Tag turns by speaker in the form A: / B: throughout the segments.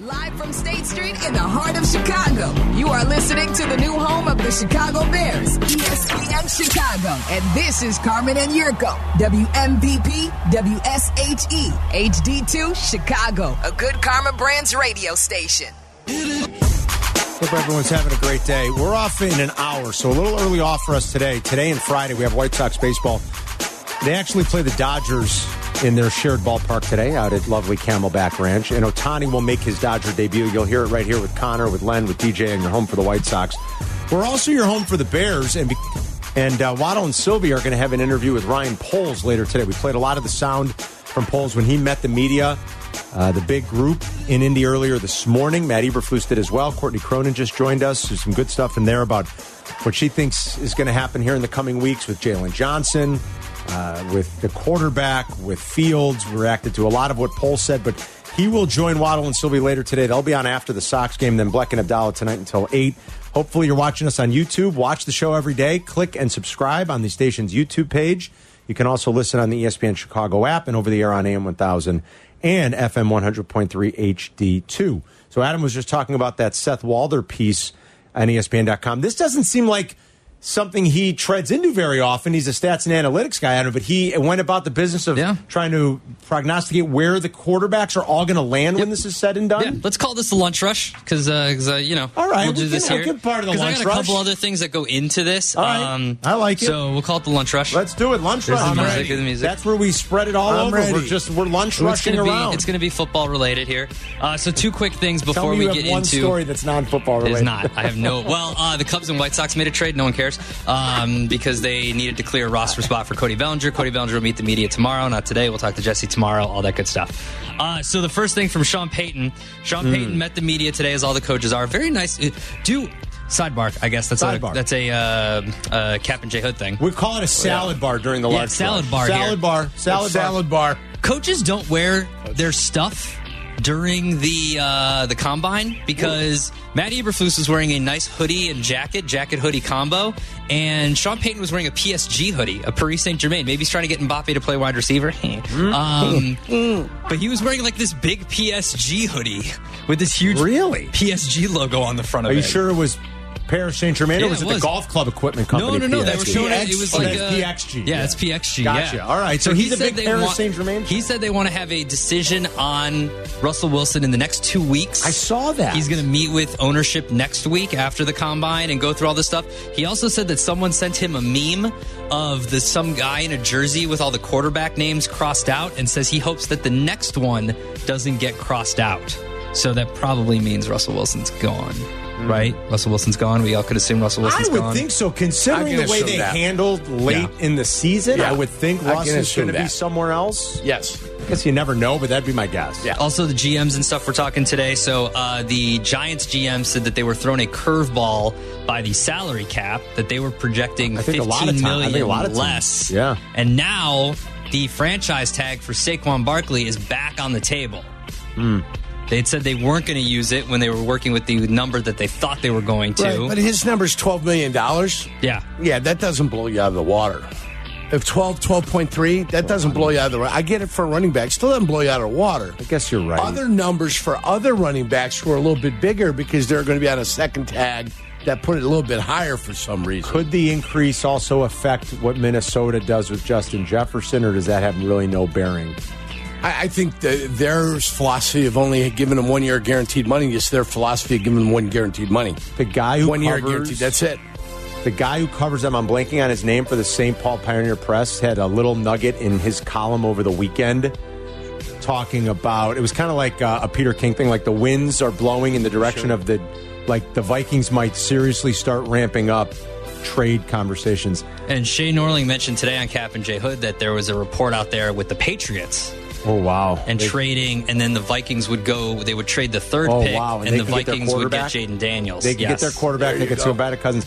A: Live from State Street in the heart of Chicago, you are listening to the new home of the Chicago Bears, E ESPN Chicago. And this is Carmen and Yurko, WMVP, WSHE, HD2, Chicago, a good Karma Brands radio station.
B: Hope everyone's having a great day. We're off in an hour, so a little early off for us today. Today and Friday, we have White Sox baseball. They actually play the Dodgers in their shared ballpark today out at lovely Camelback Ranch. And Otani will make his Dodger debut. You'll hear it right here with Connor, with Len, with DJ, and your home for the White Sox. We're also your home for the Bears. And, be- and uh, Waddle and Sylvie are going to have an interview with Ryan Poles later today. We played a lot of the sound from Poles when he met the media. Uh, the big group in Indy earlier this morning. Matt Eberflus did as well. Courtney Cronin just joined us. There's some good stuff in there about what she thinks is going to happen here in the coming weeks with Jalen Johnson, uh, with the quarterback, with Fields. We reacted to a lot of what Paul said, but he will join Waddle and Sylvie later today. They'll be on after the Sox game, then Bleck and Abdallah tonight until 8. Hopefully, you're watching us on YouTube. Watch the show every day. Click and subscribe on the station's YouTube page. You can also listen on the E ESPN Chicago app and over the air on AM 1000 and FM 100.3 HD2. So Adam was just talking about that Seth Walder piece on E ESPN.com. This doesn't seem like something he treads into very often. He's a stats and analytics guy, Adam, but he went about the business of
C: Yeah.
B: trying to prognosticate where the quarterbacks are all going to land when this is said and done.
C: Yeah, let's call this the lunch rush because, uh, you know,
B: All right,
C: we'll do
B: we
C: this
B: can-
C: here.
B: a good part of the
C: 'Cause
B: lunch
C: I got a couple
B: rush.
C: other things that go into this. um,
B: All right. I like it.
C: So we'll call it the lunch rush.
B: Let's do it. Lunch
C: There's
B: rush.
C: the music,
B: I'm ready.
C: there's the music.
B: That's where we spread it all
D: I'm
B: over. We're
D: ready.
B: just we're lunch
C: So it's
B: rushing
C: gonna be
B: around.
C: it's going to be football related here. Uh, so two quick things
B: Tell
C: before
B: me
C: we
B: you
C: get
B: have one
C: into
B: story that's non-football
C: It
B: related.
C: is not. I have no. Well, uh, the Cubs and White Sox made a trade. No one cares um, because they needed to clear a roster spot for Cody Bellinger. Cody Bellinger will meet the media tomorrow. Not today. We'll talk to Jesse tomorrow. All that good stuff. Uh, so the first thing from Sean Payton. Sean
B: Hmm.
C: Payton met the media today, as all the coaches are. Very nice. Uh, Do sidebar. I guess that's
B: Sidebar.
C: a that's a uh, uh, Cap and J Hood thing. Oh,
B: We call it a salad bar during the
C: Yeah,
B: lunch.
C: salad
B: rush.
C: bar
B: Salad
C: here.
B: bar. Salad bar.
D: salad bar.
C: coaches don't wear their stuff during the uh, the combine because Matt Eberflus was wearing a nice hoodie and jacket, jacket hoodie combo, and Sean Payton was wearing a PSG hoodie, a Paris Saint Germain. Maybe he's trying to get Mbappe to play wide receiver, um, but he was wearing like this big PSG hoodie with this huge
B: Really?
C: PSG logo on the front of
B: Are
C: it.
B: you sure it was Paris Saint Germain
C: Yeah,
B: or was
C: it
B: it, the
C: was.
B: golf club equipment
C: No,
B: company?
C: no, no. They were
B: PSG?
C: showing it. It was
B: Oh,
C: like
B: that's
C: uh,
B: PXG.
C: Yeah, it's PXG.
B: Gotcha.
C: yeah.
B: All right. So,
C: he
B: he's a
C: said
B: big
C: they
B: Paris
C: want-
B: Saint Germain.
C: He said they want to have a decision on Russell Wilson in the next two weeks.
B: I saw that.
C: He's going to meet with ownership next week after the combine and go through all this stuff. He also said that someone sent him a meme of the some guy in a jersey with all the quarterback names crossed out, and says he hopes that the next one doesn't get crossed out. So that probably means Russell Wilson's gone, right? Russell Wilson's gone. We all could assume Russell
B: Hmm. I
C: Wilson's
B: would
C: gone.
B: think so, considering
D: I'm
B: the
D: gonna
B: way
D: assume
B: they
D: that.
B: handled late
C: Yeah.
B: in the season.
D: Yeah.
B: I would think
D: I'm gonna
B: Russ is
D: assume
B: going to be
D: that.
B: somewhere else.
D: Yes.
B: I guess you never know, but that'd be my guess.
D: Yeah.
C: Also, the GMs and stuff we're talking today. So, uh, the Giants GM said that they were thrown a curveball by the salary cap that they were projecting
B: I think a lot of
C: 15
B: time- I think a
C: million
B: lot of teams.
C: less.
B: Yeah.
C: and now the franchise tag for Saquon Barkley is back on the table.
B: Hmm.
C: They had said they weren't going to use it when they were working with the number that they thought they were going to.
D: Right, but his number's twelve million dollars.
C: yeah,
D: Yeah, that doesn't blow you out of the water. If 12, 12.3, that doesn't blow you out of the water. I get it for a running back. Still doesn't blow you out of the water.
B: I guess you're right.
D: Other numbers for other running backs who are a little bit bigger because they're going to be on a second tag that put it a little bit higher for some reason.
B: Could the increase also affect what Minnesota does with Justin Jefferson, or does that have really no bearing?
D: I, I think the, their philosophy of only giving them one year of guaranteed money is their philosophy of giving them one guaranteed money.
B: The guy who
D: one year of
B: covers-
D: guaranteed, that's it.
B: The guy who covers them, I'm blanking on his name for the St. Paul Pioneer Press, had a little nugget in his column over the weekend talking about it was kind of like uh, a Peter King thing, like the winds are blowing in the direction of the, like the Vikings might seriously start ramping up trade conversations.
C: and Shay Norling mentioned today on Cap and J Hood that there was a report out there with the Patriots
B: Oh, wow.
C: and trading, and then the Vikings would go. They would trade the third
B: Oh,
C: pick,
B: wow, and
C: and,
B: they
C: the
B: could get their
C: Vikings would get
B: quarterback?
C: Jaden Daniels.
B: They could get
C: Yes.
B: their quarterback. They could go back to Cousins.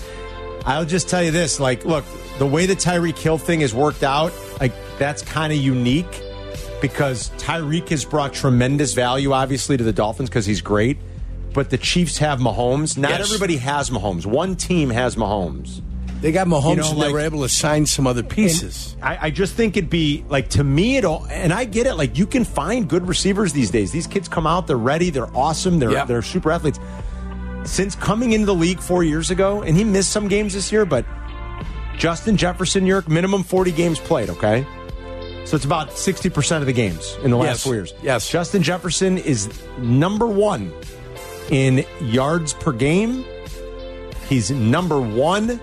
B: I'll just tell you this: like, look, the way the Tyreek Hill thing has worked out, like that's kind of unique because Tyreek has brought tremendous value, obviously, to the Dolphins because he's great. But the Chiefs have Mahomes. Not
D: Yes.
B: everybody has Mahomes. One team has Mahomes.
D: They got Mahomes
B: You know,
D: and
B: like-
D: they were able to sign some other pieces.
B: I, I just think it'd be like to me it all and I get it, like you can find good receivers these days. These kids come out, they're ready, they're awesome, they're
D: Yeah.
B: they're super athletes. Since coming into the league four years ago, and he missed some games this year, but Justin Jefferson York, minimum forty games played, okay? So it's about sixty percent of the games in the last
D: Yes.
B: four years.
D: Yes.
B: Justin Jefferson is number one in yards per game. He's number one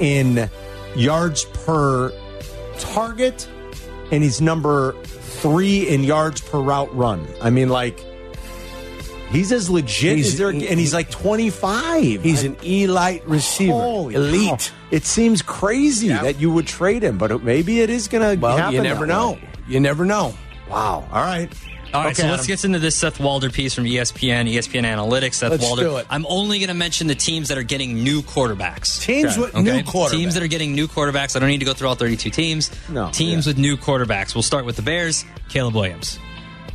B: in yards per target, and he's number three in yards per route run. I mean, like, he's as legit
D: He's-
B: as there,
D: he-
B: and he's like 25.
D: He's an elite receiver,
B: Holy cow.
D: elite.
B: It seems crazy
D: Yeah.
B: that you would trade him, but maybe it is going to
D: Well,
B: happen.
D: you never
B: that
D: know.
B: way.
D: You never know.
B: Wow. All right.
C: All right,
B: Okay,
C: so let's
B: Adam.
C: get into this Seth Walder piece from E ESPN, ESPN Analytics. Seth
D: Let's
C: Walder.
D: do it.
C: I'm only going to mention the teams that are getting new quarterbacks.
D: Teams
B: Okay.
D: with
C: Okay?
D: new quarterbacks.
C: Teams that are getting new quarterbacks. I don't need to go through all 32 teams.
B: No,
C: Teams
B: yeah.
C: with new quarterbacks. We'll start with the Bears. Caleb Williams.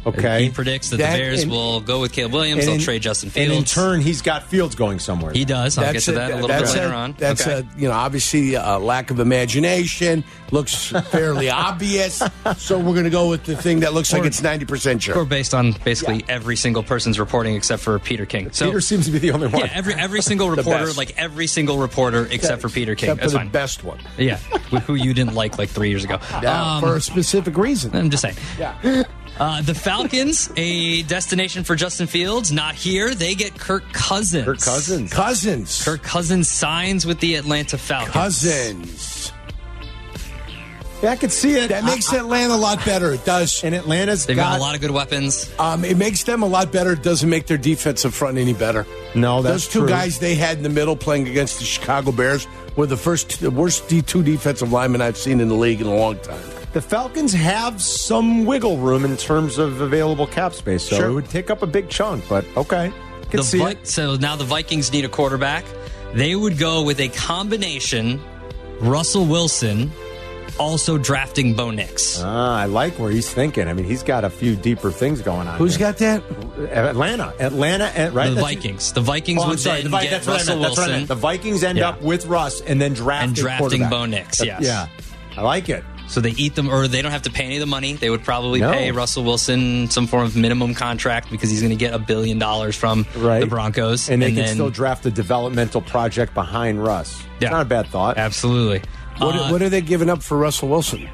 C: He
B: Okay.
C: predicts that,
D: That
C: the Bears
D: and-
C: will go with Caleb Williams.
B: And
C: They'll
B: in-
C: trade Justin Fields.
B: And in turn, he's got Fields going somewhere.
C: he does. I'll get to
D: it.
C: that a little bit
D: That's
C: later
D: a-
C: on.
D: That's
C: Okay.
D: a you know obviously a lack of imagination looks fairly obvious. So we're going to go with the thing that looks like it's ninety percent sure.
C: Or based on basically every single person's reporting except for Peter King. So
B: Peter seems to be the only one.
C: yeah, every every single reporter,
D: best.
C: like every single reporter except for Peter King.
D: Except
C: That's
D: for
C: fine.
D: the best one.
C: Yeah, wh- who you didn't like like three years ago.
D: Yeah,
C: Um,
D: for a specific reason.
C: I'm just saying.
D: Yeah.
C: Uh, the Falcons, a destination for Justin Fields, not here. They get Kirk Cousins.
B: Kirk Cousins.
D: Cousins.
C: Kirk Cousins signs with the Atlanta Falcons.
D: Cousins.
B: Yeah, I could see it.
D: That makes
B: I- I-
D: Atlanta a lot better. It does.
B: And Atlanta's
C: They've got
B: got
C: a lot of good weapons.
D: Um, it makes them a lot better. It doesn't make their defensive front any better.
B: No, that's
D: those two
B: true.
D: guys they had in the middle playing against the Chicago Bears were the first, the worst D two defensive linemen I've seen in the league in a long time.
B: the Falcons have some wiggle room in terms of available cap space, so
D: Sure.
B: it would take up a big chunk. But okay, could
C: The
B: see
C: Vi-
B: it.
C: so now the Vikings need a quarterback. They would go with a combination Russell Wilson, also drafting Bo Nix.
B: Ah, I like where he's thinking. I mean, he's got a few deeper things going on.
D: Who's got that?
B: got Atlanta? Atlanta, eh, right?
C: the
B: That's-
C: Vikings. The Vikings
B: Oh, I'm
C: would
B: sorry. The,
C: then
B: Vi-
C: get
B: that's what I
C: Russell
B: meant. That's what I
C: Wilson.
B: meant. The Vikings end
C: Yeah.
B: up with Russ and then drafting
C: And drafting
B: quarterback.
C: Bo Nix,
B: That-
C: yes.
B: Yeah, I like it.
C: So they eat them, or they don't have to pay any of the money. They would probably
B: No.
C: pay Russell Wilson some form of minimum contract because he's going to get a billion dollars from
B: Right,
C: the Broncos,
B: and they can
C: then-
B: still draft a developmental project behind Russ.
C: Yeah.
B: It's not a bad thought.
C: absolutely.
D: What,
C: Uh,
D: what are they giving up for Russell Wilson?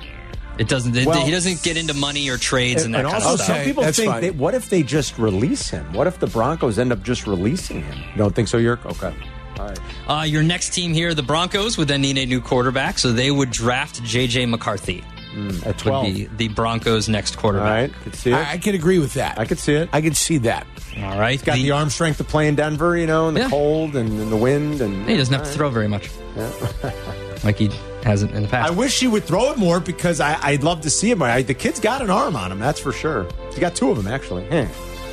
C: it doesn't. it-
B: Well-
C: he doesn't get into money or trades and, that kind
B: also
C: of stuff.
B: some
D: Okay,
B: people
D: that's
B: think
D: fine.
B: they, what if they just release him what if the broncos end up just releasing him you don't think so Yerk? okay all right
C: Uh, your next team here, the Broncos, would then need a new quarterback, so they would draft J.J. McCarthy.
B: Hmm, at
C: Would
B: 12
C: be the Broncos' next
B: all
C: quarterback.
B: right could see it
D: I, I could agree with that.
B: I could see it.
D: I could see that.
C: All right,
B: got the,
C: the-
B: arm strength to play in denver you know in the
C: Yeah.
B: cold and, and the wind and
C: He doesn't have to throw very much, like he hasn't in the
B: i
C: past.
B: wish he would throw it more because I, i'd love to see him I, the kid's got an arm on him that's for sure he's got two of them actually Heh.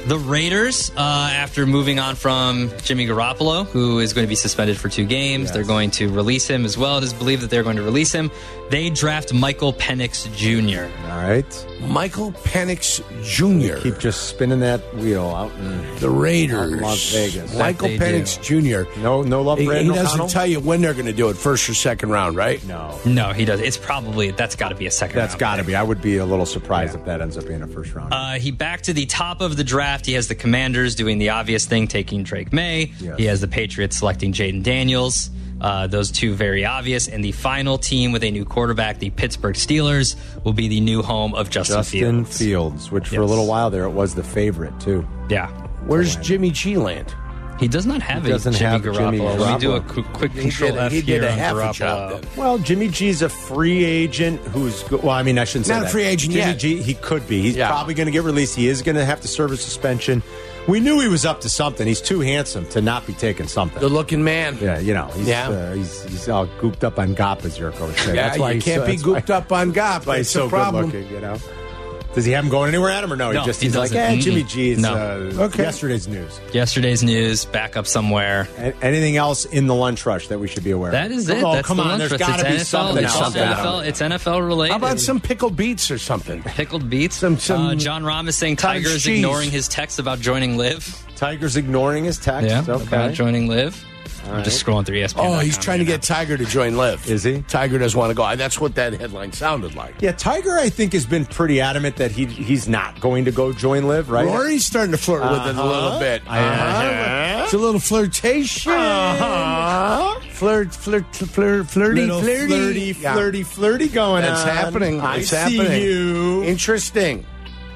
C: The Raiders, uh, after moving on from Jimmy Garoppolo, who is going to be suspended for two games, they're going to release him as well. It is believed that they're going to release him. They draft Michael Penix Jr.
B: all right
D: Michael Penix Jr.
B: keep just spinning that wheel out and
D: the Raiders,
B: Las Vegas.
D: Michael
C: That they
D: Penix Jr.
B: No- no love
D: He,
B: for
D: he
B: Aiden
D: doesn't
B: O'Connell?
D: tell you when they're going to do it, first or second round, right?
B: no
C: No, he does. It's probably that's got to be a second.
B: that's
C: round
B: got to
C: pick.
B: be i would be a little surprised if that ends up being a first round
C: Uh, he back to the top of the draft. He has the Commanders doing the obvious thing, taking Drake May.
B: Yes.
C: He has the Patriots selecting Jaden Daniels. Uh, those two very obvious. And the final team with a new quarterback, the Pittsburgh Steelers, will be the new home of Justin,
B: Justin Fields, which for a
C: Yes.
B: little while there it was the favorite too.
C: Yeah.
D: Where's Jimmy G land?
C: He does not have
B: He
C: a
B: doesn't
C: Jimmy
B: have
C: Garoppolo.
B: Jimmy
C: Let me do a
B: Garoppolo.
C: quick, quick
D: He
C: control
D: did a-
C: F
D: he did
C: here
D: a
C: on
D: half a
C: Garoppolo.
D: job then.
B: Well, Jimmy G's a free agent who's go- well. I mean, I shouldn't say
D: Not a
B: that.
D: free agent
B: Jimmy
D: yet.
B: G, he could be. He's
D: Yeah.
B: probably going to get released. He is going to have to serve a suspension. We knew he was up to something. He's too handsome to not be taking something.
D: Good looking man.
B: yeah, you know, he's,
D: Yeah.
B: uh, he's he's all gooped up on gop, as your coach said.
D: Yeah,
B: that's why
D: you
B: he's
D: can't
B: so-
D: be
B: that's
D: gooped
B: why,
D: up on God.
B: That's why he's
D: It's a
B: so good
D: problem.
B: looking. You know, does he have him going anywhere, Adam, or no?
C: No,
B: he just
C: he
B: he's like,
C: doesn't.
B: eh, Jimmy
C: Mm-mm.
B: G is
C: No.
B: uh,
D: Okay.
B: yesterday's news.
C: Yesterday's news, back up somewhere.
B: A- Anything else in the lunch rush that we should be aware of?
C: That is it.
B: Oh,
C: That's
B: come
C: the
B: on.
C: lunch
B: There's
C: rush.
B: got to be
C: It's NFL,
B: something else.
C: It's NFL, it's NFL related.
D: How about some pickled beets or something?
C: pickled beats?
D: Some- some
C: uh, John Ramos saying
D: cottage
C: Tiger is
D: cheese.
C: ignoring his text about joining Live.
B: Tiger's ignoring his text.
C: Yeah,
B: okay.
C: about joining Live. I'm just scrolling through ESPN.
D: Oh, he's trying to get Tiger to join Live.
B: Is he?
D: Tiger doesn't want to go. I- That's what that headline sounded like.
B: Yeah, Tiger, I think, has been pretty adamant that he he's not going to go join Live, right?
D: Rory's starting to flirt with it a little
B: Uh-huh.
D: bit.
B: Uh-huh.
D: It's a little flirtation. Flirt, flirt, flirt, flirty,
B: Little
D: flirty,
B: flirty,
D: Yeah.
B: flirty, flirty going
D: That's
B: on.
D: happening.
B: I
D: It's
B: see
D: happening.
B: you.
D: Interesting.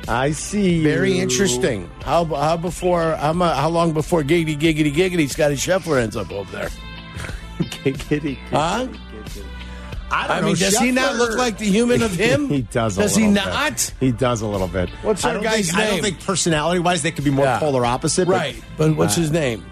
B: I see you.
D: Very interesting. How how before how, mu- how long before giggity giggity giggity Scotty Scheffler ends up over there?
B: Giggity.
D: Huh?
B: I, don't
D: I mean,
B: know,
D: does he not
B: Scheffler-
D: look like the human of him?
B: he does. A
D: Does he
B: little bit.
D: not?
B: He does a little bit.
D: What's
B: I
D: our
B: don't
D: guy's
B: think, I
D: name?
B: don't think personality-wise they could be more
D: Yeah.
B: polar opposite. but,
D: Right. But what's his name?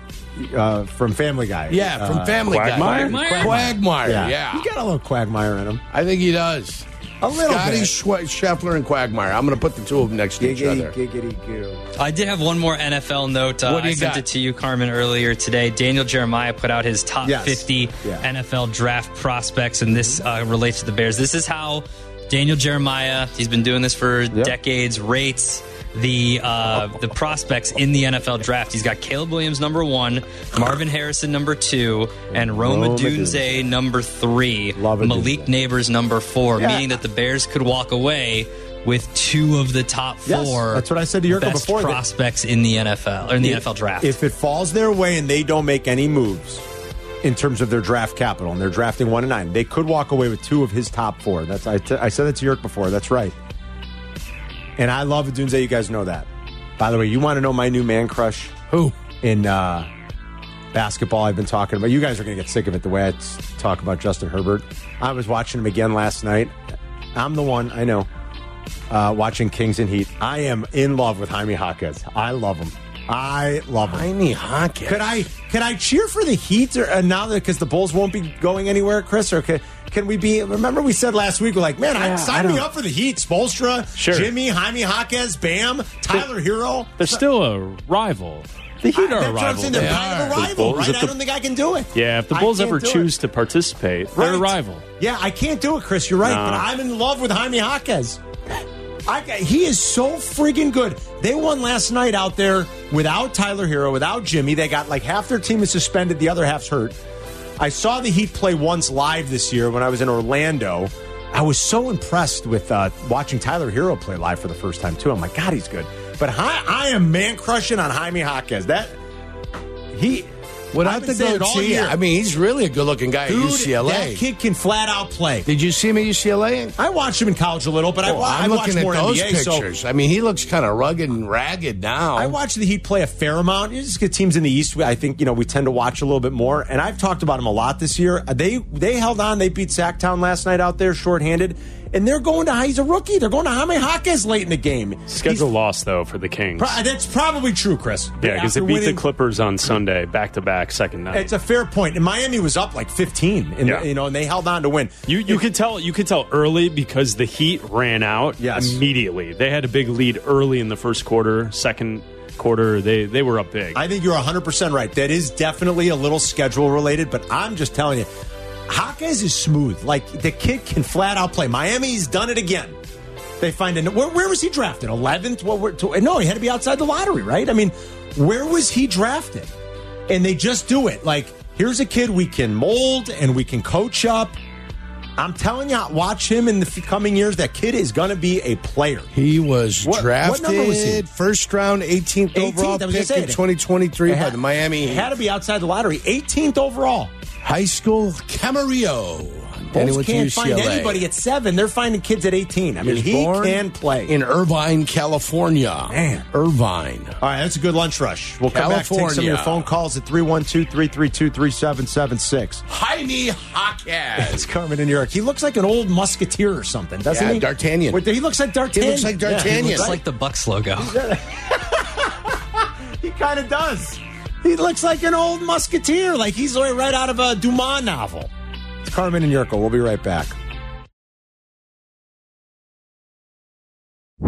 B: uh, from Family Guy.
D: Yeah, from
B: Uh,
D: Family Guy.
C: Quagmire?
D: Quagmire.
B: Yeah.
D: yeah.
B: He got a little quagmire in him.
D: I think he does.
B: A little
D: Scotty
B: bit.
D: Schwe- Scheffler and Quagmire. I'm going to put the two of them next to each other.
B: giggity, goo.
C: I did have one more NFL note. Uh,
D: What do
C: I
D: you
C: sent
D: got?
C: it to you, Carmen, earlier today. Daniel Jeremiah put out his top
B: Yes.
C: 50
B: Yeah.
C: NFL draft prospects, and this uh, relates to the Bears. This is how Daniel Jeremiah, he's been doing this for decades, rates the uh, the prospects in the NFL draft. He's got Caleb Williams number one, Marvin Harrison number two, and Roma,
B: Roma
C: Dunze number three,
B: Love a
C: Malik
B: Dunze.
C: Neighbors number four,
B: Yeah.
C: meaning that the Bears could walk away. With two of the top
B: Yes,
C: four,
B: that's what I said to Yurko
C: best
B: before, that-
C: prospects in the NFL or in the NFL draft.
B: If it falls their way and they don't make any moves in terms of their draft capital, and they're drafting one and nine, they could walk away with two of his top four. That's I, t- I said that to York before. That's right. And I love Adunze. You guys know that. By the way, you want to know my new man crush?
D: Who?
B: in uh, basketball I've been talking about. You guys are going to get sick of it the way I t- talk about Justin Herbert. I was watching him again last night. I'm the one, I know, uh, watching Kings and Heat. I am in love with Jaime Jaquez. I love him. I love him.
D: Jaime Hawkins.
B: Could I could I cheer for the Heat or uh, now because the Bulls won't be going anywhere, Chris? Or can, can we be? Remember we said last week we're like, man, I,
E: Yeah,
B: sign
E: I
B: me
E: don't-
B: up for the Heat, Spolstra,
E: Sure.
B: Jimmy, Jaime Jaquez, Bam, Tyler Hero.
E: They're still a rival. The Heat are a
B: That's what I'm
E: rival.
B: saying. They're
E: now.
B: kind of a
E: The
B: rival,
E: Bulls,
B: right?
E: if
B: I
E: the-
B: don't think I can do it.
E: yeah, if the
B: I
E: Bulls
B: can't
E: ever
B: do it.
E: choose to participate, they're a
B: Right.
E: rival.
B: Yeah, I can't do it, Chris. You're right,
E: No.
B: but I'm in love with Jaime Jaquez. I, he is so friggin' good. They won last night out there without Tyler Hero, without Jimmy. They got like half their team is suspended, the other half's hurt. I saw the Heat play once live this year when I was in Orlando. I was so impressed with uh, watching Tyler Hero play live for the first time too. I'm like, God, he's good. But hi, I am man crushing on Jaime Jaquez. That he I've
D: Without
B: been
D: the
B: saying it all
D: goatee,
B: year.
D: I mean, he's really a good-looking guy
B: Dude,
D: at UCLA.
B: That kid can flat out play.
D: Did you see him at UCLA?
B: I watched him in college a little, but I,
D: Oh,
B: wa- I
D: I'm
B: watched
D: looking at
B: more
D: those
B: NBA. So
D: pictures. I mean, he looks kind of rugged and ragged now.
B: I watched the Heat play a fair amount. You just get teams in the East. I think you know we tend to watch a little bit more, and I've talked about them a lot this year. They they held on. They beat Sacktown last night out there, shorthanded, and they're going to. He's a rookie. They're going to Jaime Jaquez late in the game.
E: Schedule
B: He's-
E: loss though for the Kings.
B: Pro- that's probably true, Chris.
E: yeah, because they
B: After
E: beat the
B: winning-
E: Clippers on Sunday, back to back, second night.
B: It's a fair point. And Miami was up like 15, and
E: Yeah.
B: you know, and they held on to win.
E: You you could tell you could tell early because the Heat ran out
B: Yes.
E: immediately. They had a big lead early in the first quarter, second quarter. They they were up big.
B: I think you're 100% right. That is definitely a little schedule related, but I'm just telling you, Jaquez is smooth. Like, the kid can flat out play. Miami's done it again. They find a. Where, where was he drafted? 11th? What, were tw- no, he had to be outside the lottery, right? I mean, where was he drafted? And they just do it. Like, here's a kid we can mold and we can coach up. I'm telling you, watch him in the f- coming years. That kid is going to be a player.
D: He was
B: What- what
D: drafted
B: number was he?
D: first round, 18th,
B: 18th, I
D: overall
B: was
D: pick
B: gonna
D: in
B: say it.
D: 2023 by
B: Had-
D: the Miami
B: Had to be outside the lottery. 18th overall.
D: High School Camarillo. Then he
B: Bulls
D: went to
B: can't find
D: UCLA.
B: anybody at seven. They're finding kids at 18. I mean,
D: was
B: he
D: born
B: can play.
D: in Irvine, California.
B: Man.
D: Irvine.
B: All right, that's a good lunch rush. We'll come back, take some of your
D: California.
B: phone calls at 312 332 3776.
D: Jaime
B: It's
D: Hawkins.
B: Carmen in New York. He looks like an old musketeer or something, doesn't
D: Yeah,
B: he?
D: D'Artagnan.
B: Wait, he looks like D'Artagnan.
D: He looks like D'Artagnan.
B: Yeah,
C: It's like the Bucks logo.
B: he kind of does. He looks like an old musketeer, like he's like right out of a Dumas novel. It's Carmen and Yurko. We'll be right back.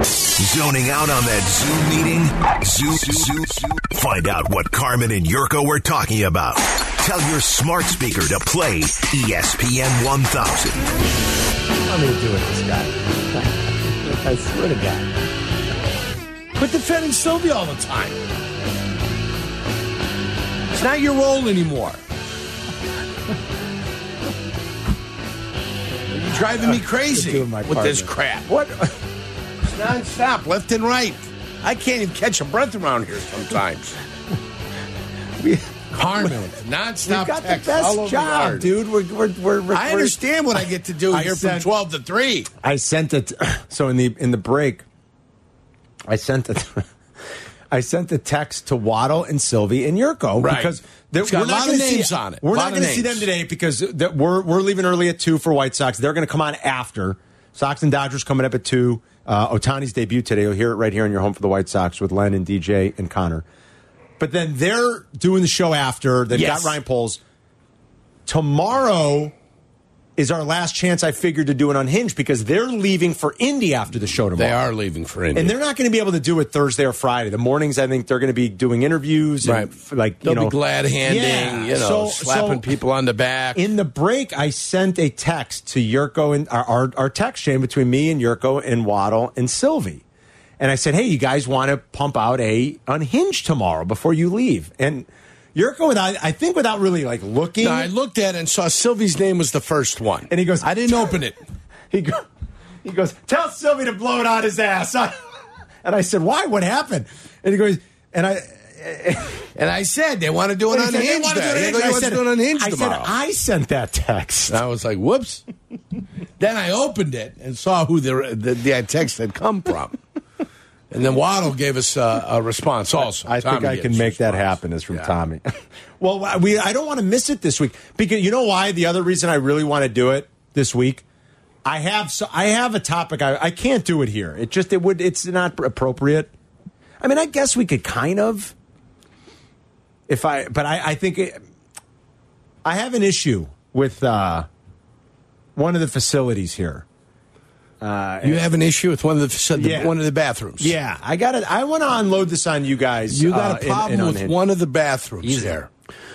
F: Zoning out on that Zoom meeting? Zoom, Zoom, Zoom. Find out what Carmen and Yurko were talking about. Tell your smart speaker to play E ESPN 1000.
B: What am I doing with this guy? I swear to God.
D: Quit defending Sylvia all the time.
B: It's not your role anymore.
D: You're driving me crazy
B: Uh, Doing my
D: with
B: part,
D: this
B: man.
D: crap. What? It's nonstop, left and right. I can't even catch a breath around here sometimes.
B: We,
D: Carmen, nonstop.
B: we got the
D: text all over
B: best
D: the
B: job,
D: yard.
B: dude. We're, we're, we're, we're
D: I understand what I get to do
B: I
D: here
B: said-
D: from twelve to three.
B: I sent it. So in the in the break, I sent it. I sent the text to Waddle Oh, and Sylvie and Yurko
D: Right.
B: because they're,
D: Oh, It's got
B: we're
D: a
B: not
D: lot
B: going
D: of
B: to see
D: names on it.
B: We're
D: Lot
B: not
D: of
B: going to see them
D: names.
B: today because that we're we're leaving early at two for White Sox. They're going to come on after Sox and Dodgers coming up at two. Uh, Otani's debut today. You'll hear it right here in your home for the White Sox with Len and DJ and Connor. But then they're doing the show after. They've
D: Yes.
B: got Ryan Poles. Tomorrow is our last chance, I figured, to do an unhinged because they're leaving for Indy after the show tomorrow.
D: They are leaving for India.
B: And they're not going to be able to do it Thursday or Friday. The mornings, I think they're going to be doing interviews. And
D: Right.
B: f- Like,
D: They'll
B: you know,
D: be glad handing,
B: Yeah.
D: you know,
B: So-
D: slapping
B: so-
D: people on the back.
B: In the break, I sent a text to Yurko and our, our, our text chain between me and Yurko and Waddle and Sylvie. And I said, hey, you guys want to pump out a unhinged tomorrow before you leave. And Yurko, without, I think without really like looking,
D: Now, I looked at it and saw Sylvie's name was the first one.
B: And he goes,
D: I didn't open it.
B: He, go, he goes, tell Sylvie to blow it on his ass. and I said, why? What happened? And he goes, and I.
D: And I said, they want to do an
B: and he said, "They
D: unhinged.
B: wanna do an
D: day." They
B: unhinged."
D: go, you
B: I
D: want to
B: said,
D: do an unhinged
B: I said,
D: tomorrow.
B: I sent that text.
D: And I was like, whoops. then I opened it and saw who the, the, the text had come from. and then Waddle gave us a, a response also.
B: I think
D: Tommy
B: I
D: gave
B: can
D: us a
B: make that
D: response.
B: happen. Is from
D: Yeah.
B: Tommy. well, we I don't want to miss it this week because you know why. The other reason I really want to do it this week, I have so I have a topic. I, I can't do it here. It just it would it's not appropriate. I mean, I guess we could kind of. If I, but I, I think it, I have an issue with uh, one of the facilities here.
D: You have an issue with one of the, said the-
B: Yeah.
D: one of the bathrooms.
B: Yeah, I got to I want to unload this on you guys.
D: You got
B: uh,
D: a
B: in-
D: problem
B: in
D: with
B: Unhinged.
D: one of the bathrooms
C: Easy.
D: there.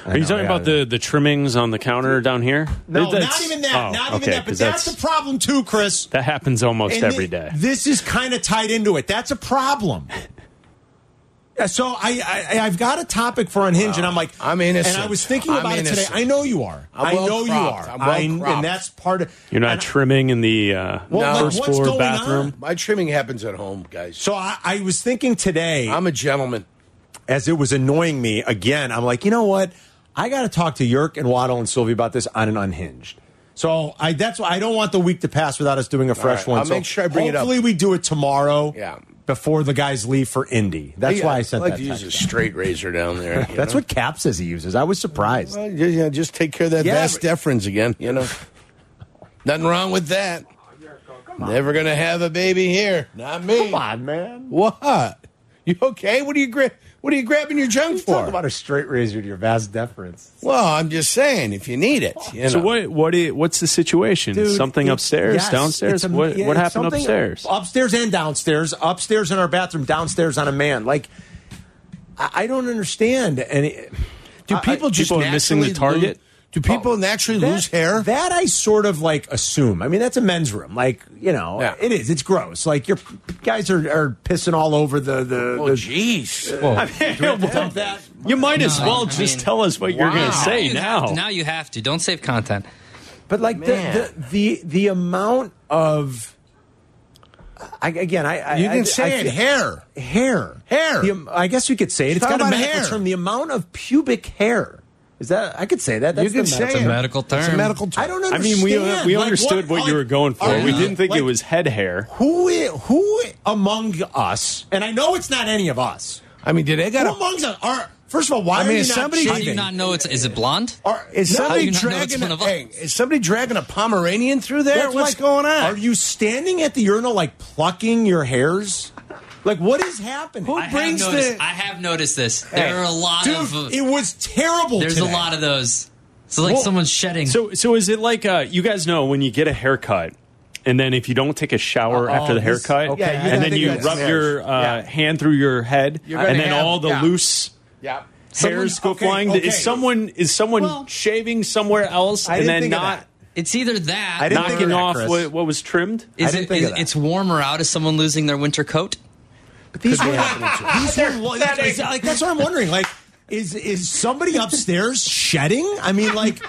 E: Are you talking about the, the trimmings on the counter down here?
B: No,
E: That's-
B: not even that.
E: oh,
B: not
E: okay,
B: even that. But
E: 'cause
B: that's, the problem too, Chris.
E: That happens almost
B: And
E: every
B: thi-
E: day.
B: This is kind of tied into it. That's a problem. Yeah, So I, I I've got a topic for unhinge, and I'm like
D: I'm innocent.
B: And I was thinking
D: I'm
B: about it today.
D: innocent.
B: I know you are.
D: I'm
B: I
D: well
B: know
D: cropped.
B: you are.
D: I'm well
B: I-
D: cropped.
B: and that's part of
E: You're not
B: and-
E: trimming in the uh,
B: Well,
D: like,
E: first
B: what's
E: floor
B: going
E: bathroom.
B: on?
D: My trimming happens at home, guys.
B: So I, I was thinking today,
D: I'm a gentleman.
B: as it was annoying me again, I'm like, you know what? I got to talk to Yerk and Waddle and Sylvie about this on an unhinged. So I that's why I don't want the week to pass without us doing a fresh
D: right,
B: one.
D: I'll
B: so
D: make sure I bring it up.
B: Hopefully we do it tomorrow.
D: Yeah.
B: Before the guys leave for Indy. That's
D: Hey,
B: why I
D: I'd
B: sent
D: like
B: that.
D: to use a
B: text.
D: straight razor down there. you
B: That's
D: know?
B: what Cap says he uses. I was surprised.
D: Well, ju- yeah, just take care of that
B: Yeah,
D: vast
B: but-
D: deferens again. You know, nothing wrong with that. Never gonna have a baby here. Not me.
B: Come on, man.
D: What? You okay? What are you gra- What are you grabbing your junk for?
B: Talk about a straight razor to your vast deference.
D: well, I'm just saying, if you need it, you
E: So
D: know.
E: what? What? Is, what's the situation? something
B: it-
E: upstairs,
B: yes,
E: downstairs.
B: it's a-
E: what?
B: yeah,
E: what
B: it's
E: happened
B: something-
E: upstairs?
B: Upstairs and downstairs. Upstairs in our bathroom. Downstairs on a man. Like I, I don't understand. And it-
D: do
B: I-
D: people
B: I-
D: just
E: people are missing the
D: naturally
E: target?
D: lose- do people naturally
B: Oh. that-
D: lose hair?
B: That I sort of like assume. I mean, that's a men's room. Like you know,
D: Yeah.
B: it is. It's gross. Like your guys are, are pissing all over the the.
D: oh,
B: the
D: jeez.
B: dump that.
E: You might as
C: No,
E: well
C: I
E: just
C: mean-
E: tell us what you're going to say
C: You
E: now.
C: have to- now you have to. Don't save content.
B: But like the, the the the amount of. I, again, I, I
D: you
B: I-
D: can
B: I
D: say it.
B: feel-
D: Hair.
B: hair,
D: Hair.
B: The am- I guess we could say it. It's
D: Talk
B: got a
D: about
B: medical
D: hair.
B: term. The amount of pubic hair is that I could say that. That's
D: You can
B: the
D: say
B: medical-
D: it.
C: medical
D: It's a
C: term.
D: medical term.
B: I don't
E: I
B: understand.
E: mean, we we
B: Like,
E: understood what, you were going for.
B: are
E: we
B: you-
E: didn't think
B: like,
E: it was head hair.
B: who i- who among us. And I know it's not any of us.
D: I mean, did they got
B: Who
D: a?
B: among us are? First of all, why
D: I mean,
B: are you
D: is somebody-
B: not
D: How
C: How do you
B: shaving?
C: not know it's? Is it blonde?
B: Are-
D: Is
B: no,
D: somebody
C: you not know it's
D: dragging?
C: one of
D: A,
C: us?
D: hey, is somebody dragging a Pomeranian through there?
B: that's
D: What's
B: like-
D: going on?
B: Are you standing at the urinal like plucking your hairs? Like what is happening?
D: Who
C: I
D: brings
C: have noticed,
D: the?
C: I have noticed this. There are a lot
B: Dude,
C: of.
B: it was terrible.
C: there's a
B: today.
C: lot of those. It's like
E: Well,
C: someone's shedding.
E: So so is it like uh, you guys know when you get a haircut? And then, if you don't take a shower after the
B: this-
E: haircut,
B: okay, Yeah, you
E: and
B: gotta
E: then
B: think
E: you
B: that's
E: rub
B: hairs.
E: your uh,
D: Yeah.
E: hand through your head,
D: You're gonna
E: and then
D: have-
E: all the
D: yeah.
E: loose
D: Yeah.
E: hairs go
B: okay,
E: flying.
B: okay.
E: Is someone is someone
C: Well-
E: shaving somewhere else,
B: I
E: and
B: didn't
E: then
B: think of
E: not
B: that.
C: it's either that.
B: I didn't
C: or-
B: think
E: knocking
B: that,
E: off
B: Chris.
E: what, what was trimmed?
C: is
B: didn't
C: it,
B: think of
C: is-
B: that.
C: It's warmer out. Is someone losing their winter coat?
B: But these were, these were lo- that's, like, that's what I'm wondering. Like, is is somebody upstairs shedding? I mean, like,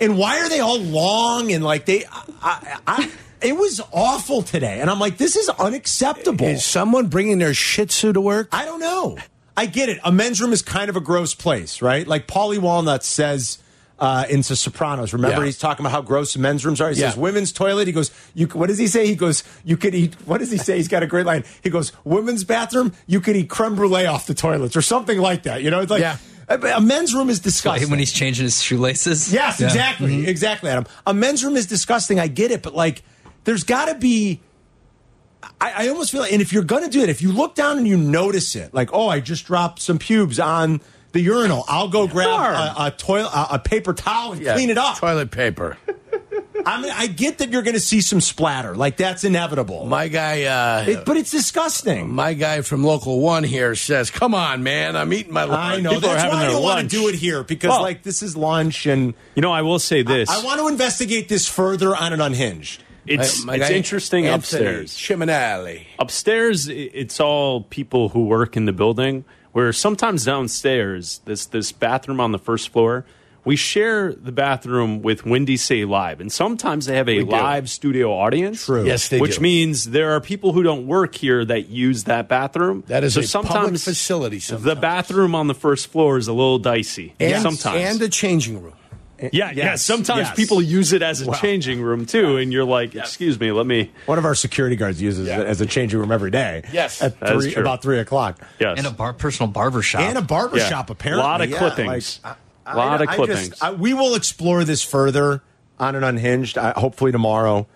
B: and why are they all long and like they? I, I, I, it was awful today, and I'm like, this is unacceptable.
D: Is someone bringing their Shih Tzu to work?
B: I don't know. I get it. A men's room is kind of a gross place, right? Like Paulie Walnut says uh, in The Sopranos. Remember,
D: Yeah.
B: he's talking about how gross men's rooms are. He
D: Yeah.
B: says women's toilet. He goes, "You what does he say? He goes, you could eat. What does he say? He's got a great line. He goes, women's bathroom. You could eat creme brulee off the toilets or something like that. You know, it's like
D: Yeah.
B: a, a men's room is
C: Like
B: disgusting.
C: him when he's changing his shoelaces.
B: Yes,
C: Yeah.
B: exactly.
D: Mm-hmm.
B: Exactly, Adam. A men's room is disgusting. I get it, but like, there's got to be. I, I almost feel like, and if you're going to do it, if you look down and you notice it, like, oh, I just dropped some pubes on the urinal, I'll go grab a, a toilet, a, a paper towel and
D: Yeah,
B: clean it up.
D: Toilet paper.
B: I mean, I get that you're going to see some splatter. Like, that's inevitable.
D: My guy, uh,
B: It- but it's disgusting.
D: my guy from local one here says, "Come on, man, I'm eating my lunch."
B: I know.
E: people are
B: That's
E: having
B: why I
E: their
B: don't want
E: lunch.
B: to do it here because,
E: Well-
B: like, this is lunch and.
E: You know, I will say this.
B: I want to investigate this further on an unhinged.
E: it's
D: My
E: it's
D: guy,
E: interesting
D: Anthony
E: upstairs.
D: Chiminale.
E: upstairs i- it's all people who work in the building where sometimes downstairs this this bathroom on the first floor we share the bathroom with Windy Say Live, and sometimes they have a
D: do.
E: live studio audience.
B: True.
D: Yes, they
E: which
D: do.
E: means there are people who don't work here that use that bathroom.
D: That is
E: so
D: a public
E: sometimes
D: facility
E: The
D: sometimes.
E: bathroom on the first floor is a little dicey.
D: And,
E: sometimes,
D: and a changing room.
E: yeah, yeah.
B: Yes,
E: Sometimes
B: yes.
E: people use it as a changing room too, and you're like, "Excuse me, let me."
B: One of our security guards uses
D: Yeah.
B: it as a changing room every day.
D: Yes.
B: at
E: That is
B: three,
E: true.
B: about three o'clock,
E: Yes,
C: And a bar- personal barber shop.
B: and a barber
E: Yeah.
B: shop. Apparently,
E: Lot of
B: Yeah,
E: clippings.
B: I-
E: Lot of
B: I
E: clippings.
B: Just, I, we will explore this further on an unhinged. I, hopefully tomorrow.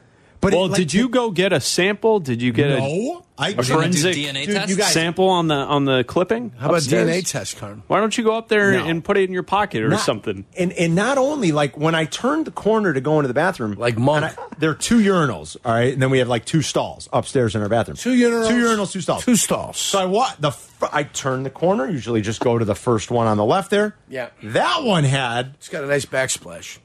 B: But
E: Well,
B: it, like,
E: did you go get a sample? Did you get
B: No, I
E: a, a
B: didn't do
E: forensic
C: DNA
B: Dude,
C: test?
B: you
E: a
B: guys-
E: sample on the on the clipping?
D: How about
E: upstairs?
D: DNA test, Carm?
E: Why don't you go up there
B: No.
E: and put it in your pocket or
B: Not-
E: something?
B: And and not only like when I turned the corner to go into the bathroom,
D: Like monk.
B: and I- there are two urinals. All right, and then we have like two stalls upstairs in our bathroom.
D: Two urinals.
B: two urinals, two stalls,
D: Two stalls.
B: So I what the fr- I turn the corner. Usually, just go to the first one on the left there.
D: Yeah.
B: that one had
D: It's got a nice backsplash.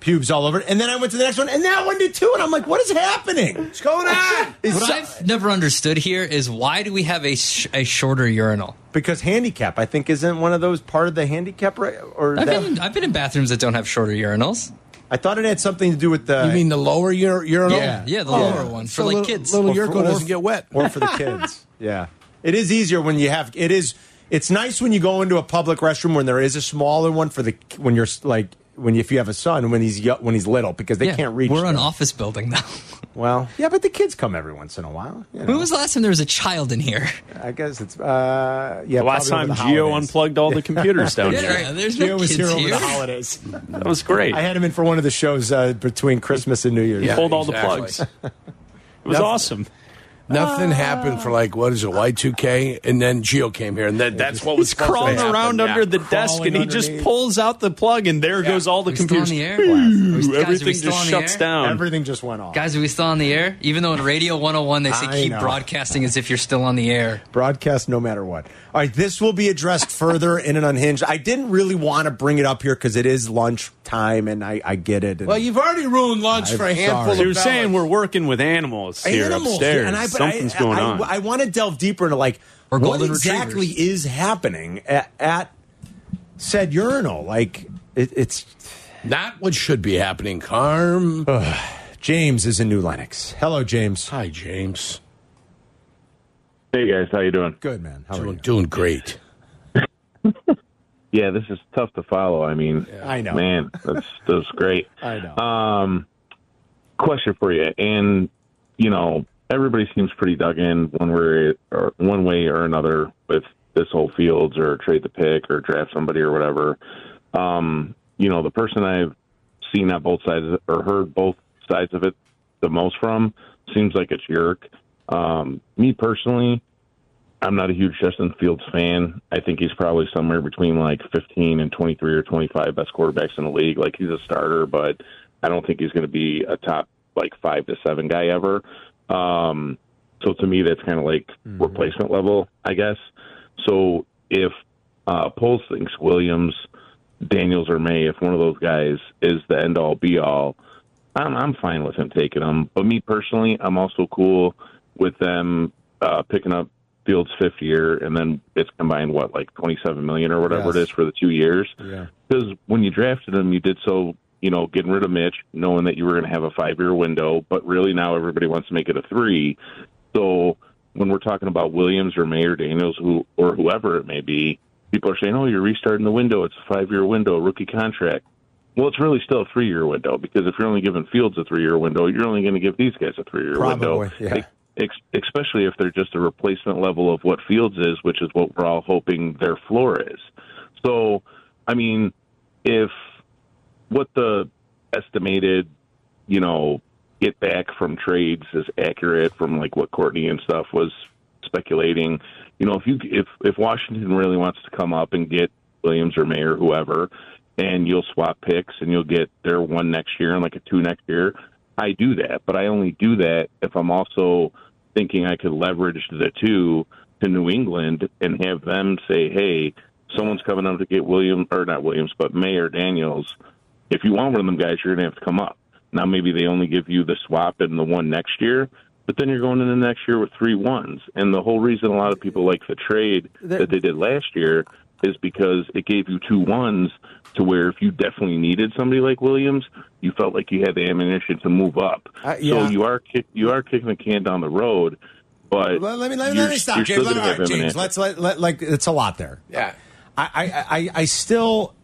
B: pubes all over it, and then I went to the next one, and that one did too. And I'm like, what is happening? What's going on?
C: What I've never understood here is why do we have a, sh- a shorter urinal?
B: because handicap, I think, isn't one of those part of the handicap right? Or
C: I've
B: that-
C: been, in, I've been in bathrooms that don't have shorter urinals.
B: I thought it had something to do with the.
D: You mean the lower ur- urinal?
B: Yeah.
C: Yeah, the
B: Oh,
C: lower one for
D: so
C: like
D: little-
C: kids.
D: little
B: Or for-
D: Yurko
B: or-
D: doesn't get wet.
B: or for the kids. yeah, it is easier when you have. It is. It's nice when you go into a public restroom when there is a smaller one for the when you're like when if you have a son when he's yo- when he's little because they
C: Yeah,
B: can't reach.
C: We're an
B: there.
C: office building now.
B: Well, yeah, but the kids come every once in a while. You
C: when
B: know,
C: was the last time there was a child in here?
B: I guess it's uh, yeah.
E: The last
B: probably
E: time
B: over the
E: Geo
B: holidays.
E: unplugged all the computers down
C: Yeah.
E: here.
C: there's no
B: Gio was
C: kids
B: here, over
C: here.
B: the holidays.
E: That was great.
B: I had him in for one of the shows uh, between Christmas and New Year's.
D: Yeah.
E: Pulled all
D: Exactly.
E: the plugs. It was awesome.
D: Nothing happened for like what is it, Y two K, and then Geo came here, and then that's what was
E: He's crawling
D: supposed to
E: around
D: happen,
E: under the
D: yeah.
E: desk and he just
B: underneath.
E: pulls out the plug and there goes all
C: Are
E: the
C: we still on
E: computers.
C: the air? Are we- guys, are we
E: Everything
C: still
E: just
C: on the
E: shuts
C: air?
E: down.
B: Everything just went off.
C: Guys, are we still on the air? Even though in Radio 101 they say
B: I
C: keep
B: know.
C: broadcasting as if you're still on the air.
B: broadcast no matter what. All right, this will be addressed further in an unhinged. I didn't really want to bring it up here because it is lunch time and I, I get it. And
D: Well, you've already ruined lunch
B: I'm
D: for a handful
B: sorry.
E: So
D: of
E: you're
D: fellas.
E: saying we're working with animals here
B: Animals,
E: upstairs.
B: and I, but
E: Something's
B: I,
E: going
B: I,
E: on.
B: I, want to delve deeper into like
C: Or
B: what
C: golden
B: exactly is happening at, at said urinal. Like it, it's
D: not what should be happening, Carm.
B: James is in New Lenox. Hello, James.
D: Hi, James.
G: Hey guys, how you doing?
B: Good man. How are
D: Doing,
B: you?
D: doing great.
G: Yeah, this is tough to follow. I mean,
B: I know.
G: man, that's that's great.
B: I know.
G: Um, question for you, and you know, everybody seems pretty dug in one way or one way or another with this whole fields or trade the pick or draft somebody or whatever. Um, you know, the person I've seen on both sides or heard both sides of it the most from seems like a jerk. Um, me personally, I'm not a huge Justin Fields fan. I think he's probably somewhere between like 15 and 23 or 25 best quarterbacks in the league. Like he's a starter, but I don't think he's going to be a top like five to seven guy ever. Um, so to me, that's kind of like replacement level, I guess. So if uh, Poles thinks Williams, Daniels, or May, if one of those guys is the end all be all, I'm I'm fine with him taking them. But me personally, I'm also cool with them uh, picking up Fields' fifth year, and then it's combined what like twenty seven million or whatever
B: Yes.
G: it is for the two years.
B: Yeah.
G: Because when you drafted him, you did so you know getting rid of Mitch, knowing that you were going to have a five year window, but really now everybody wants to make it a three. So when we're talking about Williams or Mayor Daniels who or whoever it may be, people are saying, "Oh, you're restarting the window. It's a five year window, rookie contract." Well, it's really still a three year window because if you're only giving Fields a three year window, you're only going to give these guys a three year window.
B: Probably, yeah.
G: Ex- ex- especially if they're just a replacement level of what Fields is, which is what we're all hoping their floor is. So, I mean, if what the estimated, you know, get back from trades is accurate from like what Courtney and stuff was speculating, you know, if you if if Washington really wants to come up and get Williams or Mayer, whoever, and you'll swap picks and you'll get their one next year and like a two next year, I do that. But I only do that if I'm also thinking I could leverage the two to New England and have them say, Hey, someone's coming up to get Williams or not Williams, but Mayer Daniels if you want one of them guys, you're going to have to come up. Now, maybe they only give you the swap and the one next year, but then you're going into next year with three ones. And the whole reason a lot of people like the trade that they did last year is because it gave you two ones to where if you definitely needed somebody like Williams, you felt like you had the ammunition to move up.
B: Uh, yeah.
G: So you are kick, you are kicking the can down the road, but
B: Let, let me let me,
G: you're-
B: let me stop,
G: you're
B: James.
G: still
B: Let me,
G: gonna
B: all
G: have
B: right, James.
G: ammunition.
B: Let's let, let like it's a lot there.
D: Yeah.
B: I, I, I, I still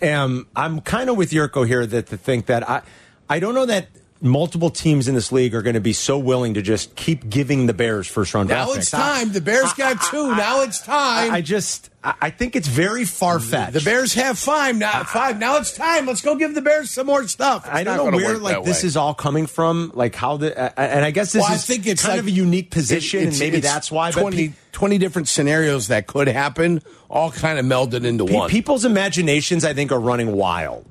B: am. I'm kind of with Yurko here that to think that I, I don't know that multiple teams in this league are going to be so willing to just keep giving the Bears first round draft
D: Now it's
B: picks. I-
D: time. The Bears got two. Now it's
B: I,
D: time.
B: I just, I, I think it's very far fetched.
D: the Bears have five now. Five. Now it's time. Let's go give the Bears some more stuff. It's
B: I don't
D: not
B: know
D: gonna
B: where
D: work
B: like
D: that
B: this
D: way.
B: is all coming from, like how the, uh, and I guess this
D: Well, I
B: is
D: think it's
B: kind
D: like-
B: of a unique position,
D: It-
B: and
D: it's-
B: maybe
D: it's
B: that's why. But
D: 20, 20 different scenarios that could happen all kind of melded into
B: Pe-
D: one.
B: people's imaginations, I think, are running wild.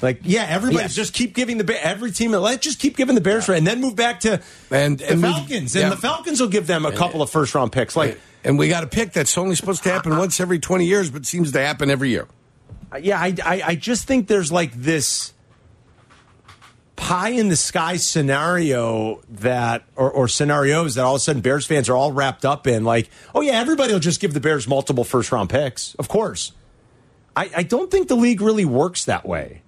B: Like, yeah, everybody
D: Yes.
B: just keep giving the Bear, every team. Let's just keep giving the Bears, right, and then move back to
D: And-
B: the
D: and we-
B: Falcons,
D: yeah.
B: and the Falcons will give them a couple of first round picks. Like,
D: and we got a pick that's only supposed to happen once every 20 years, but seems to happen every year.
B: Uh, yeah, I, I, I just think there's like this pie in the sky scenario that, or, or scenarios that all of a sudden Bears fans are all wrapped up in. Like, oh yeah, everybody will just give the Bears multiple first round picks, of course. I, I don't think the league really works that way.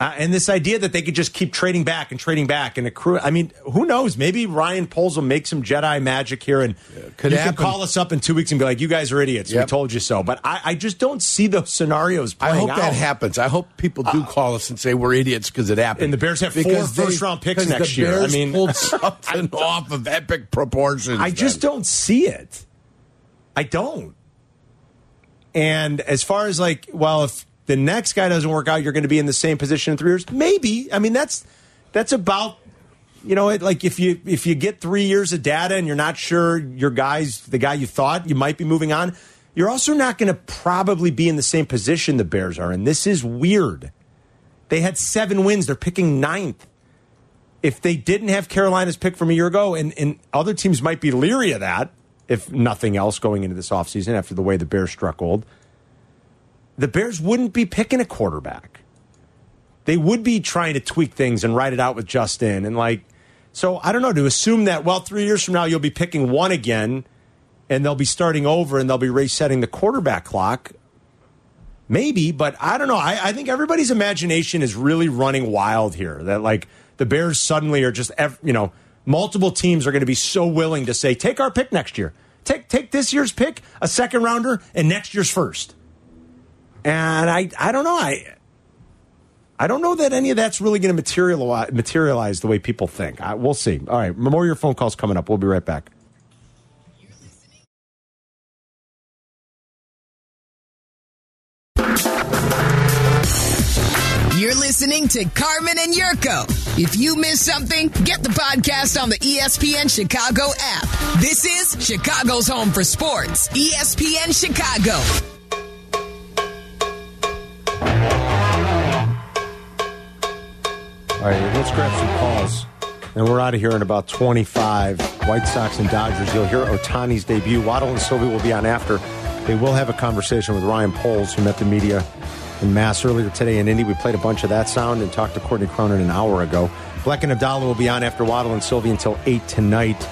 B: Uh, and this idea that they could just keep trading back and trading back and accrue. I mean, who knows? Maybe Ryan Poles will make some Jedi magic here and
D: could
B: you
D: happen.
B: can call us up in two weeks and be like, you guys are idiots. We
D: Yep.
B: told you so. But I, I just don't see those scenarios
D: I
B: playing
D: hope that
B: out. Uh,
D: happens. I hope people do call us and say we're idiots because it happened.
B: And the Bears have four first-round picks
D: because
B: next
D: the
B: year. I
D: Bears
B: mean-
D: pulled something off of epic proportions.
B: I just
D: then.
B: don't see it. I don't. And as far as like, well, if the next guy doesn't work out, you're going to be in the same position in three years. Maybe. I mean, that's that's about you know, it, like if you if you get three years of data and you're not sure your guys, the guy you thought you might be moving on, you're also not going to probably be in the same position the Bears are. And this is weird. They had seven wins. They're picking ninth. If they didn't have Carolina's pick from a year ago, and, and other teams might be leery of that, if nothing else going into this offseason after the way the Bears struck old, the Bears wouldn't be picking a quarterback. They would be trying to tweak things and write it out with Justin. And like, so I don't know, to assume that, well, three years from now, you'll be picking one again and they'll be starting over and they'll be resetting the quarterback clock. Maybe, but I don't know. I, I think everybody's imagination is really running wild here. That like the Bears suddenly are just ev- you know multiple teams are going to be so willing to say take our pick next year, take take this year's pick, a second rounder, and next year's first. And I I don't know I. I don't know that any of that's really going to materialize, materialize the way people think. I, we'll see. All right, more of your phone calls coming up. We'll be right back.
A: You're listening to Carmen and Yurko. If you miss something, get the podcast on the E ESPN Chicago app. This is Chicago's home for sports. E ESPN Chicago.
B: All right, let's grab some calls. And we're out of here in about 25. White Sox and Dodgers. You'll hear Otani's debut. Waddle and Sylvie will be on after. They will have a conversation with Ryan Poles, who met the media in mass earlier today in Indy. We played a bunch of that sound and talked to Courtney Cronin an hour ago. Black and Abdallah will be on after Waddle and Sylvie until 8 tonight.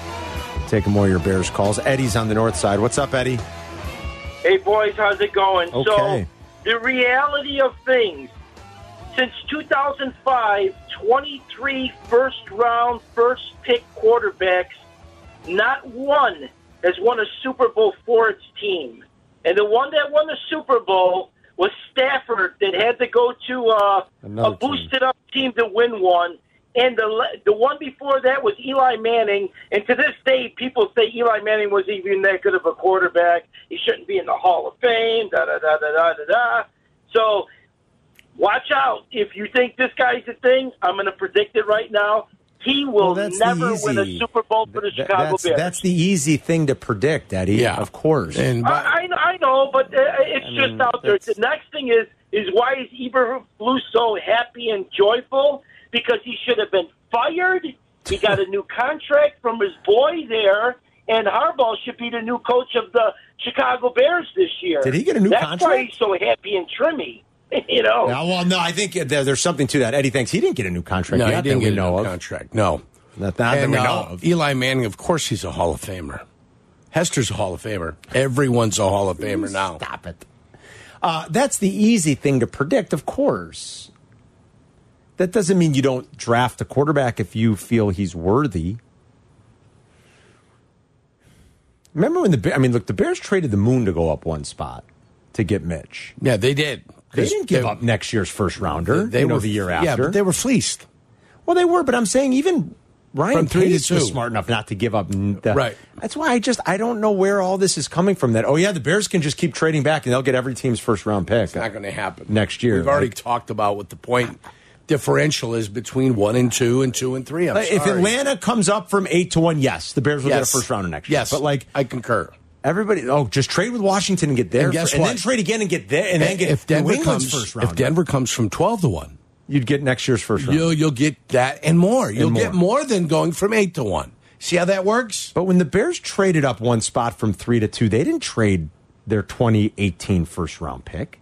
B: taking more of your Bears calls. Eddie's on the north side. What's up, Eddie?
H: Hey, boys, how's it going?
B: Okay.
H: So, the reality of things since 2005, 23 first round, first pick quarterbacks, not one has won a Super Bowl for its team. And the one that won the Super Bowl was Stafford that had to go to uh,
B: Another
H: a boosted up team to win one. And the le- the one before that was Eli Manning, and to this day, people say Eli Manning was even that good of a quarterback. He shouldn't be in the Hall of Fame. Da da da da da da da. So, watch out if you think this guy's the thing. I'm going to predict it right now. He will
B: that's the
H: never win a
B: easy-
H: Super Bowl for the
B: Th-
H: Chicago
B: that's,
H: Bears.
B: that's the easy thing to predict, Eddie.
D: Yeah.
B: of course.
D: And by,
H: I, I, I know, but uh, it's
B: I mean,
H: just out there.
B: that's-
H: The next thing is is why is Eberflus so happy and joyful? Because he should have been fired. He got a new contract from his boy there, and Harbaugh should be the new coach of the Chicago Bears this year.
B: Did he get a new
H: That's why
B: contract?
H: he's so happy and trimmy. you know.
B: Yeah, well, no, I think there, there's something to that. Eddie thinks he didn't get a new contract.
D: no,
B: yet
D: he didn't
B: that
D: get
B: we
D: a
B: know of.
D: contract. No.
B: Not that
D: And,
B: we
D: uh,
B: know of.
D: Eli Manning, of course, he's a Hall of Famer. Hester's a Hall of Famer. Everyone's a Hall of Famer now.
B: Stop it. Uh, that's the easy thing to predict, of course. That doesn't mean you don't draft a quarterback if you feel he's worthy. Remember when the Bear- I mean, look, the Bears traded the moon to go up one spot to get Mitch.
D: Yeah, they did.
B: They didn't give
D: They-
B: up next year's first rounder. They, know the year after.
D: Yeah, but they were fleeced.
B: Well, they were, but I'm saying even Ryan
D: From three to
B: Pace was
D: two.
B: smart enough not to give up. n- The,
D: Right.
B: That's why I just I don't know where all this is coming from. That oh yeah, the Bears can just keep trading back and they'll get every team's first round pick.
D: It's not going to happen
B: Next year,
D: We've already
B: like-
D: talked about what the point differential is between one and two and two and three. I'm
B: If
D: sorry.
B: Atlanta comes up from eight to one, yes, the Bears will get a
D: Yes.
B: first rounder next year.
D: yes,
B: but like
D: I concur.
B: everybody, oh, just trade with Washington and get there,
D: And guess
B: and then
D: what?
B: trade again and get there, and then get
D: if Denver
B: New England's
D: comes
B: first rounder.
D: if Denver comes from twelve to one,
B: you'd get next year's first round.
D: you'll you'll get that and more. You'll
B: more.
D: get more than going from eight to one. See how that works?
B: But when the Bears traded up one spot from three to two, they didn't trade their 2018 first round pick.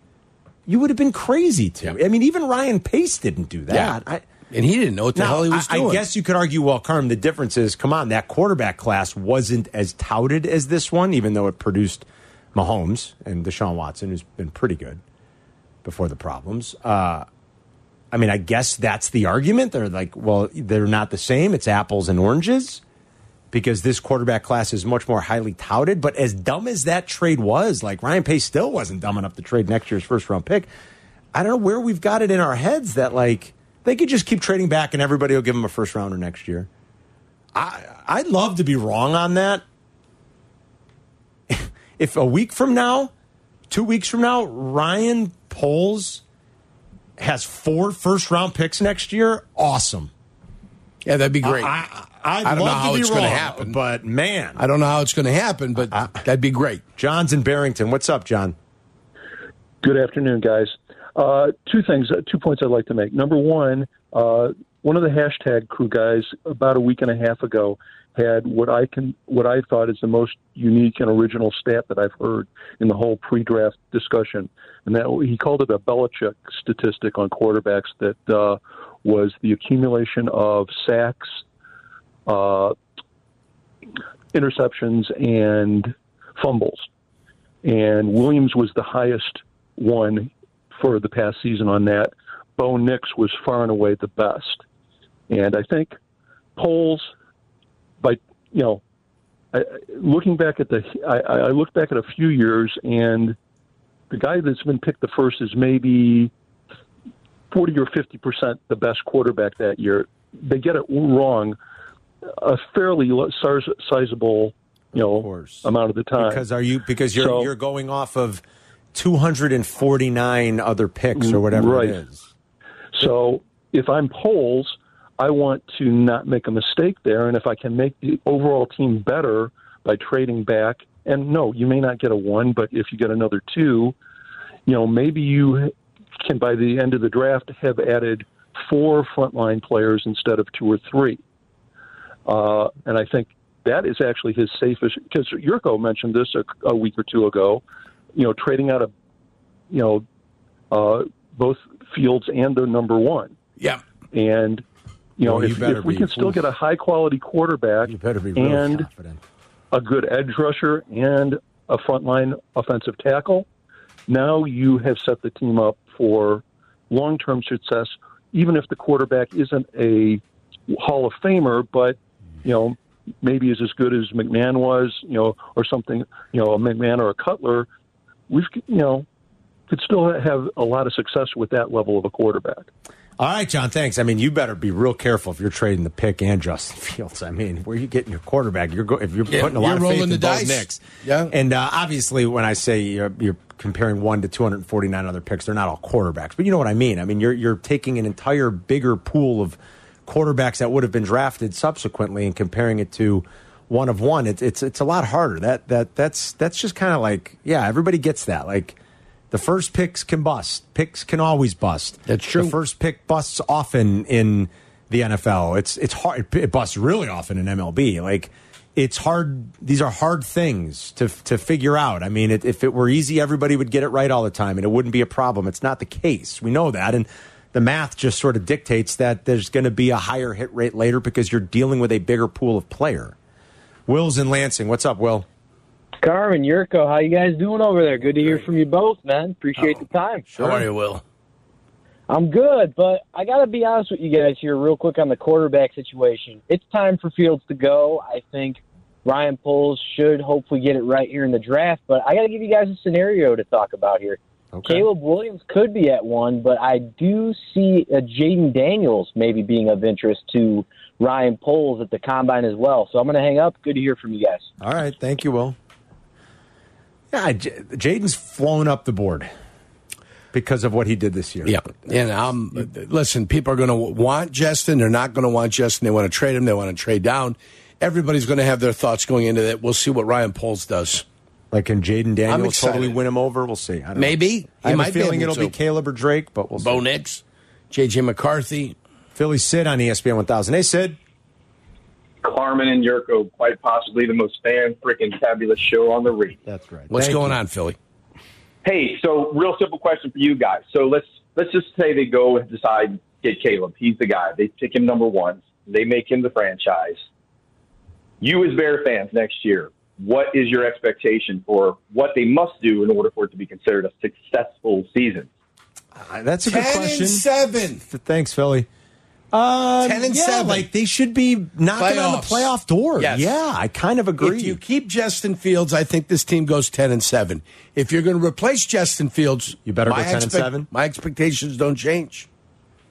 B: You would have been crazy to. I mean, even Ryan Pace didn't do that. I,
D: and he didn't know what the
B: now,
D: hell he was
B: I,
D: doing.
B: I guess you could argue, well, Carm, the difference is, come on, that quarterback class wasn't as touted as this one, even though it produced Mahomes and Deshaun Watson, who's been pretty good before the problems. Uh, I mean, I guess that's the argument. They're like, well, they're not the same. It's apples and oranges because this quarterback class is much more highly touted. But as dumb as that trade was, like Ryan Pace still wasn't dumb enough to trade next year's first round pick. I don't know where we've got it in our heads that like they could just keep trading back and everybody will give them a first rounder next year. I I'd love to be wrong on that. if a week from now, two weeks from now, Ryan Poles has four first round picks next year, awesome.
D: yeah, that'd be great.
B: I, I'd
D: I don't know
B: love
D: how
B: to be
D: it's
B: wrong,
D: gonna happen.
B: but man,
D: I don't know how it's going to happen, but that'd be great.
B: John's in Barrington. What's up, John?
I: Good afternoon, guys. Uh, two things, uh, two points I'd like to make. Number one, uh, one of the hashtag crew guys about a week and a half ago had what I can, what I thought is the most unique and original stat that I've heard in the whole pre-draft discussion, and that he called it a Belichick statistic on quarterbacks that uh, was the accumulation of sacks, uh, interceptions, and fumbles and Williams was the highest one for the past season on that. Bo Nix was far and away the best, and I think polls by you know I, I- looking back at the I, I I look back at a few years and the guy that's been picked the first is maybe forty or fifty percent the best quarterback that year. They get it wrong a fairly lo- size- sizable you know
B: course.
I: amount of the time
B: Because are you because you're
I: Uh, So-
B: you're going off of 249 other picks or whatever
I: Right.
B: it is.
I: So if I'm polls, I want to not make a mistake there. And if I can make the overall team better by trading back, and no, you may not get a one, but if you get another two, you know, maybe you can by the end of the draft have added four frontline players instead of two or three. Uh, and I think that is actually his safest because Yurko mentioned this a, a week or two ago. You know, trading out a, you know, uh, both Fields and their number one.
D: Yeah.
I: And you know,
B: Well, you
I: if,
B: better
I: if we
B: be-
I: can still get a high quality quarterback,
B: You better be real
I: and
B: confident.
I: a good edge rusher, and a frontline offensive tackle, now you have set the team up for long term success, even if the quarterback isn't a Hall of Famer, but, you know, maybe is as good as McMahon was, you know, or something, you know, a McMahon or a Cutler. We've, you know, could still have a lot of success with that level of a quarterback.
B: All right, John. Thanks. I mean, you better be real careful if you're trading the pick and Justin Fields. I mean, where are you getting your quarterback? You're go- if you're
D: Yeah,
B: putting a lot
D: you're
B: of faith
D: rolling
B: in
D: the
B: both
D: dice.
B: Knicks.
D: Yeah.
B: And uh, obviously, when I say you're, you're comparing one to 249 other picks, they're not all quarterbacks, but you know what I mean. I mean, you're you're taking an entire bigger pool of quarterbacks that would have been drafted subsequently and comparing it to one of one. It's it's it's a lot harder. That that that's that's just kind of like yeah, everybody gets that like. The first picks can bust. Picks can always bust.
D: That's true.
B: The first pick busts often in the NFL. It's it's hard. It, it busts really often in MLB. Like it's hard. These are hard things to to figure out. I mean, it, if it were easy, everybody would get it right all the time, and it wouldn't be a problem. It's not the case. We know that, and the math just sort of dictates that there's going to be a higher hit rate later because you're dealing with a bigger pool of player. Will's in Lansing. What's up, Will?
J: Carmen, Yurko, how you guys doing over there? Good to hear from you both, man. Appreciate
D: Oh,
J: the time.
D: How are you, Will?
J: I'm good, but I got to be honest with you guys here, real quick, on the quarterback situation. It's time for Fields to go. I think Ryan Poles should hopefully get it right here in the draft, but I got to give you guys a scenario to talk about here. Caleb Williams could be at one, but I do see a Jaden Daniels maybe being of interest to Ryan Poles at the combine as well. So I'm going to hang up. Good to hear from you guys.
B: All right. Thank you, Will. Yeah, J- Jaden's flown up the board because of what he did this year.
D: Yeah, and um, listen, people are going to want Justin. They're not going to want Justin. They want to trade him. They want to trade down. Everybody's going to have their thoughts going into that. We'll see what Ryan Poles does.
B: Like, can Jaden Daniels
D: excited.
B: totally win him over? We'll see. I don't know.
D: Maybe.
B: I
D: He
B: have a
D: might be
B: feeling
D: able
B: it'll be
D: to.
B: Caleb or Drake, but we'll
D: Bo
B: see.
D: Nix, JJ McCarthy.
B: Philly Sid on E ESPN 1000. Hey, Sid.
K: Carmen and Yurko, quite possibly the most fan freaking fabulous show on the radio.
B: That's right.
D: What's going on, Philly?
K: Hey, so real simple question for you guys. So let's let's just say they go and decide get Caleb. He's the guy. They pick him number one. They make him the franchise. You as Bear fans next year, what is your expectation for what they must do in order for it to be considered a successful season?
B: on? Uh, That's a good
D: Ten
B: question.
D: and seven.
B: Th- Thanks, Philly. Um,
D: Ten and
B: yeah,
D: seven.
B: like they should be knocking on the
D: Playoffs.
B: playoff door.
D: Yes.
B: Yeah, I kind of agree.
D: If you keep Justin Fields, I think this team goes ten and seven. If you're going to replace Justin Fields,
B: You better go
D: my
B: 10 and seven?
D: My expectations don't change.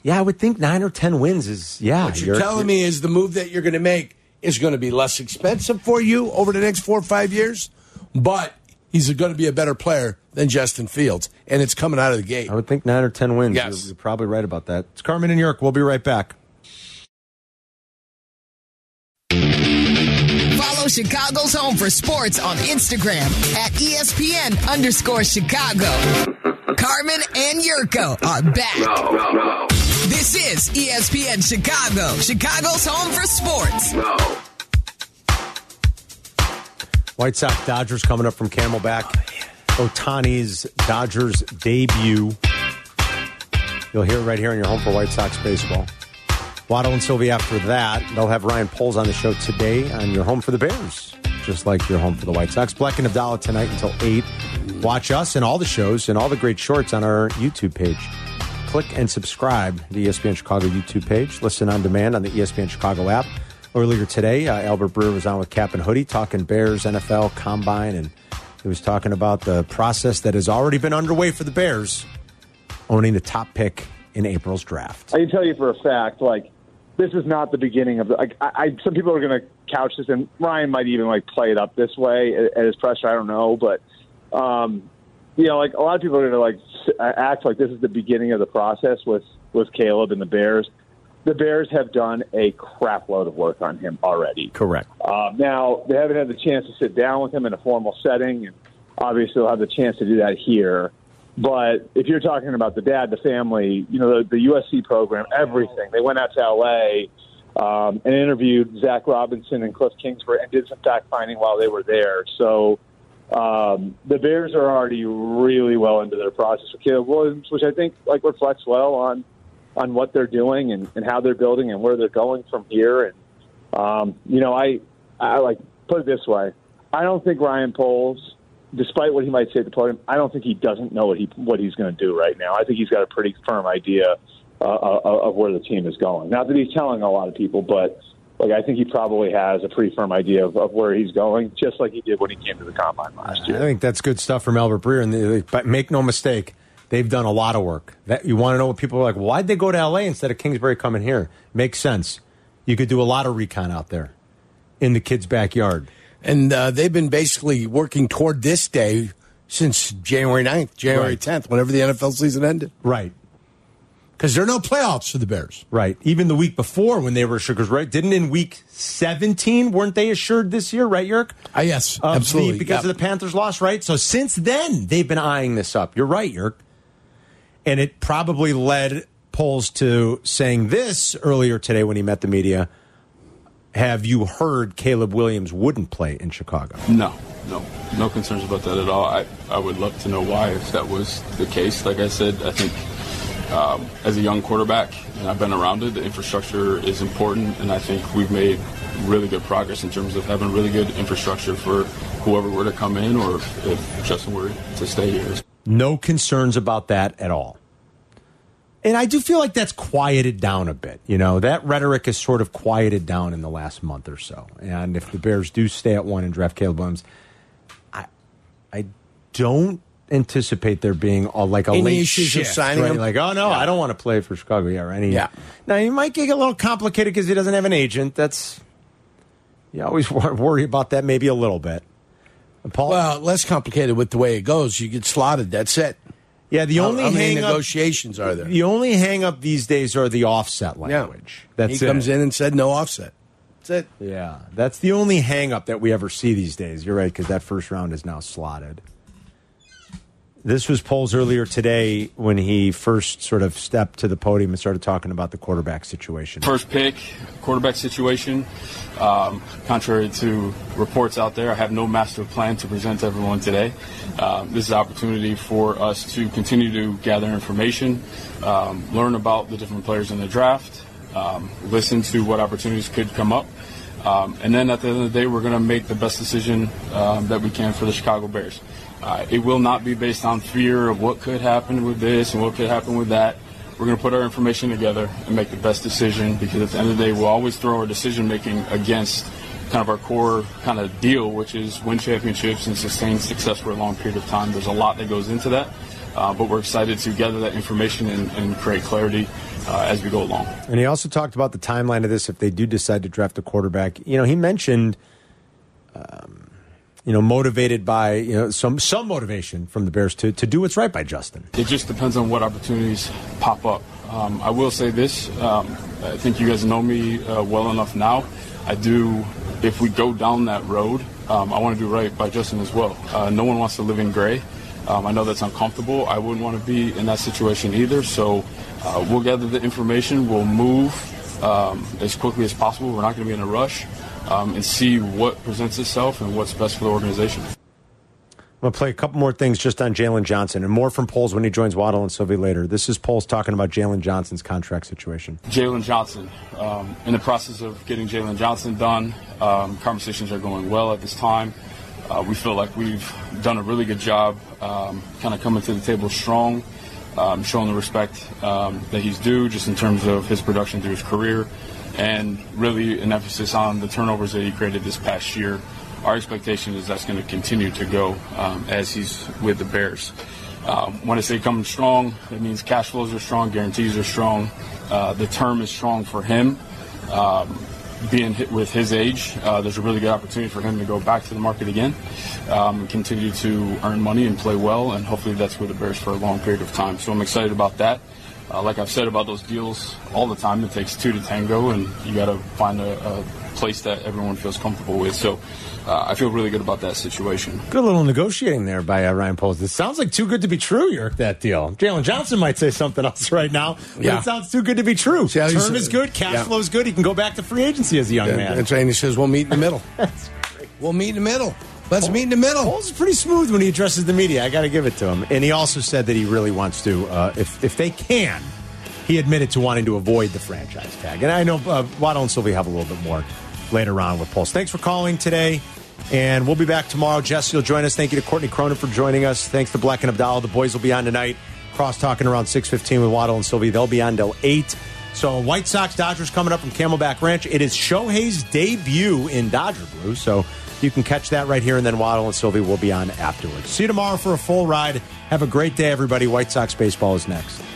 B: yeah, I would think nine or ten wins is yeah.
D: What you're telling me is the move that you're going to make is going to be less expensive for you over the next four or five years, but he's going to be a better player than Justin Fields, and it's coming out of the gate.
B: I would think nine or ten wins.
D: Yes.
B: You're, you're probably right about that. It's Carmen and York. We'll be right back.
A: Follow Chicago's Home for Sports on Instagram at E ESPN underscore Chicago. Carmen and Yurko are back. This is E ESPN Chicago, Chicago's Home for Sports.
B: White Sox Dodgers coming up from Camelback. Otani's Dodgers debut. You'll hear it right here in your home for White Sox baseball. Waddle and Sylvie after that. They'll have Ryan Poles on the show today on your home for the Bears, just like your home for the White Sox. Black and Abdallah tonight until 8. Watch us and all the shows and all the great shorts on our YouTube page. Click and subscribe to the E ESPN Chicago YouTube page. Listen on demand on the E ESPN Chicago app. Earlier today, uh, Albert Brewer was on with Cap and Hoodie talking Bears, NFL, Combine, and he was talking about the process that has already been underway for the Bears owning the top pick in April's draft.
J: I can tell you for a fact, like this is not the beginning of the. Like, I, I some people are going to couch this, and Ryan might even like play it up this way at, at his pressure. I don't know, but um, you know, like a lot of people are going to like s- act like this is the beginning of the process with with Caleb and the Bears. The Bears have done a crap load of work on him already.
B: Correct.
J: Um, now they haven't had the chance to sit down with him in a formal setting, and obviously they'll have the chance to do that here. But if you're talking about the dad, the family, you know, the, the USC program, everything, they went out to LA um, and interviewed Zach Robinson and Cliff Kingsbury and did some fact finding while they were there. So um, the Bears are already really well into their process with Caleb Williams, which I think like reflects well on on what they're doing and, and how they're building and where they're going from here. And um, you know, I I like put it this way: I don't think Ryan Poles, despite what he might say at the podium, I don't think he doesn't know what he what he's going to do right now. I think he's got a pretty firm idea uh, of, of where the team is going. Not that he's telling a lot of people, but like I think he probably has a pretty firm idea of, of where he's going, just like he did when he came to the combine last year.
B: I think that's good stuff from Albert Breer. And they, but make no mistake, they've done a lot of work. That you want to know what people are like. Why'd they go to L.A. instead of Kingsbury coming here? Makes sense. You could do a lot of recon out there in the kid's backyard.
D: And uh, they've been basically working toward this day since January 9th, January
B: Right.
D: 10th, whenever the NFL season ended.
B: Right.
D: Because there are no playoffs for the Bears.
B: Right. Even the week before when they were assured, 'cause right? Didn't in week 17, weren't they assured this year, right, Yerk?
D: Ah, yes,
B: Of the-
D: absolutely.
B: because
D: Yep.
B: of the Panthers' loss, right? So since then, they've been eyeing this up. You're right, Yerk. And it probably led polls to saying this earlier today when he met the media. Have you heard Caleb Williams wouldn't play in Chicago?
L: No, no, no concerns about that at all. I, I would love to know why, if that was the case. Like I said, I think um, as a young quarterback, and I've been around it, the infrastructure is important, and I think we've made really good progress in terms of having really good infrastructure for whoever were to come in or if, if Justin were to stay here.
B: No concerns about that at all. And I do feel like that's quieted down a bit. You know, that rhetoric is sort of quieted down in the last month or so. And if the Bears do stay at one and draft Caleb Williams, I, I don't anticipate there being a, like a
D: Any
B: late
D: issues of
B: shift,
D: signing
B: right?
D: him?
B: Like, oh no, I don't want to play for Chicago. Yeah, or any.
D: Yeah.
B: Now he might get a little complicated because he doesn't have an agent. That's you always wor- worry about that maybe a little bit. And Paul,
D: Well, less complicated with the way it goes. You get slotted. That's it.
B: yeah, the
D: How-
B: only
D: how many
B: hang up-
D: negotiations are there?
B: The only hang up these days are the offset
D: Yeah.
B: language. That's
D: he
B: it.
D: comes in and said no offset. That's it.
B: Yeah, that's the only hang up that we ever see these days. You're right, because that first round is now slotted. This was polls earlier today when he first sort of stepped to the podium and started talking about the quarterback situation.
L: First pick, quarterback situation. Um, contrary to reports out there, I have no master plan to present to everyone today. Um, this is an opportunity for us to continue to gather information, um, learn about the different players in the draft, um, listen to what opportunities could come up, um, and then at the end of the day, we're going to make the best decision um, that we can for the Chicago Bears. Uh, it will not be based on fear of what could happen with this and what could happen with that. We're going to put our information together and make the best decision because at the end of the day, we'll always throw our decision making against kind of our core kind of deal, which is win championships and sustain success for a long period of time. There's a lot that goes into that, uh, but we're excited to gather that information and, and create clarity uh, as we go along.
B: And he also talked about the timeline of this if they do decide to draft a quarterback. You know, he mentioned, um, you know, motivated by you know some some motivation from the Bears to to do what's right by Justin.
L: It just depends on what opportunities pop up. Um, I will say this: um, I think you guys know me uh, well enough now. I do. If we go down that road, um, I want to do right by Justin as well. Uh, no one wants to live in gray. Um, I know that's uncomfortable. I wouldn't want to be in that situation either. So uh, we'll gather the information. We'll move um, as quickly as possible. We're not going to be in a rush, um, and see what presents itself and what's best for the organization.
B: I'm going to play a couple more things just on Jalen Johnson and more from polls when he joins Waddle and Sylvie later. This is polls talking about Jalen Johnson's contract situation.
L: Jalen Johnson. Um, in the process of getting Jalen Johnson done, um, conversations are going well at this time. Uh, we feel like we've done a really good job, um, kind of coming to the table strong, um, showing the respect um, that he's due, just in terms of his production through his career, and really an emphasis on the turnovers that he created this past year. Our expectation is that's going to continue to go um, as he's with the Bears. Um, when I say coming strong, it means cash flows are strong, guarantees are strong. Uh, the term is strong for him. Um, being hit with his age, uh, there's a really good opportunity for him to go back to the market again, um, and continue to earn money and play well, and hopefully that's with the Bears for a long period of time. So I'm excited about that. Uh, like I've said about those deals all the time, it takes two to tango, and you got to find a, a place that everyone feels comfortable with. So uh, I feel really good about that situation.
B: Good little negotiating there by uh, Ryan Poles. This sounds like too good to be true, York, that deal. Jalen Johnson might say something else right now, but
D: Yeah.
B: it sounds too good to be true.
D: how he's-
B: Term is good, cash
D: Yeah.
B: flow is good. He can go back to free agency as a young
D: And,
B: man.
D: and Sandy says, "We'll meet in the middle. we'll meet in the middle. Let's meet in the middle."
B: Poles is pretty smooth when he addresses the media. I got to give it to him. And he also said that he really wants to, uh, if if they can, he admitted to wanting to avoid the franchise tag. And I know uh, Waddle and Sylvie have a little bit more later on with Pulse. Thanks for calling today. And we'll be back tomorrow. Jesse will join us. Thank you to Courtney Cronin for joining us. Thanks to Black and Abdallah. The boys will be on tonight. Cross talking around 6.15 with Waddle and Sylvie. They'll be on till 8. So White Sox Dodgers coming up from Camelback Ranch. It is Shohei's debut in Dodger Blue. So you can catch that right here. And then Waddle and Sylvie will be on afterwards. See you tomorrow for a full ride. Have a great day, everybody. White Sox baseball is next.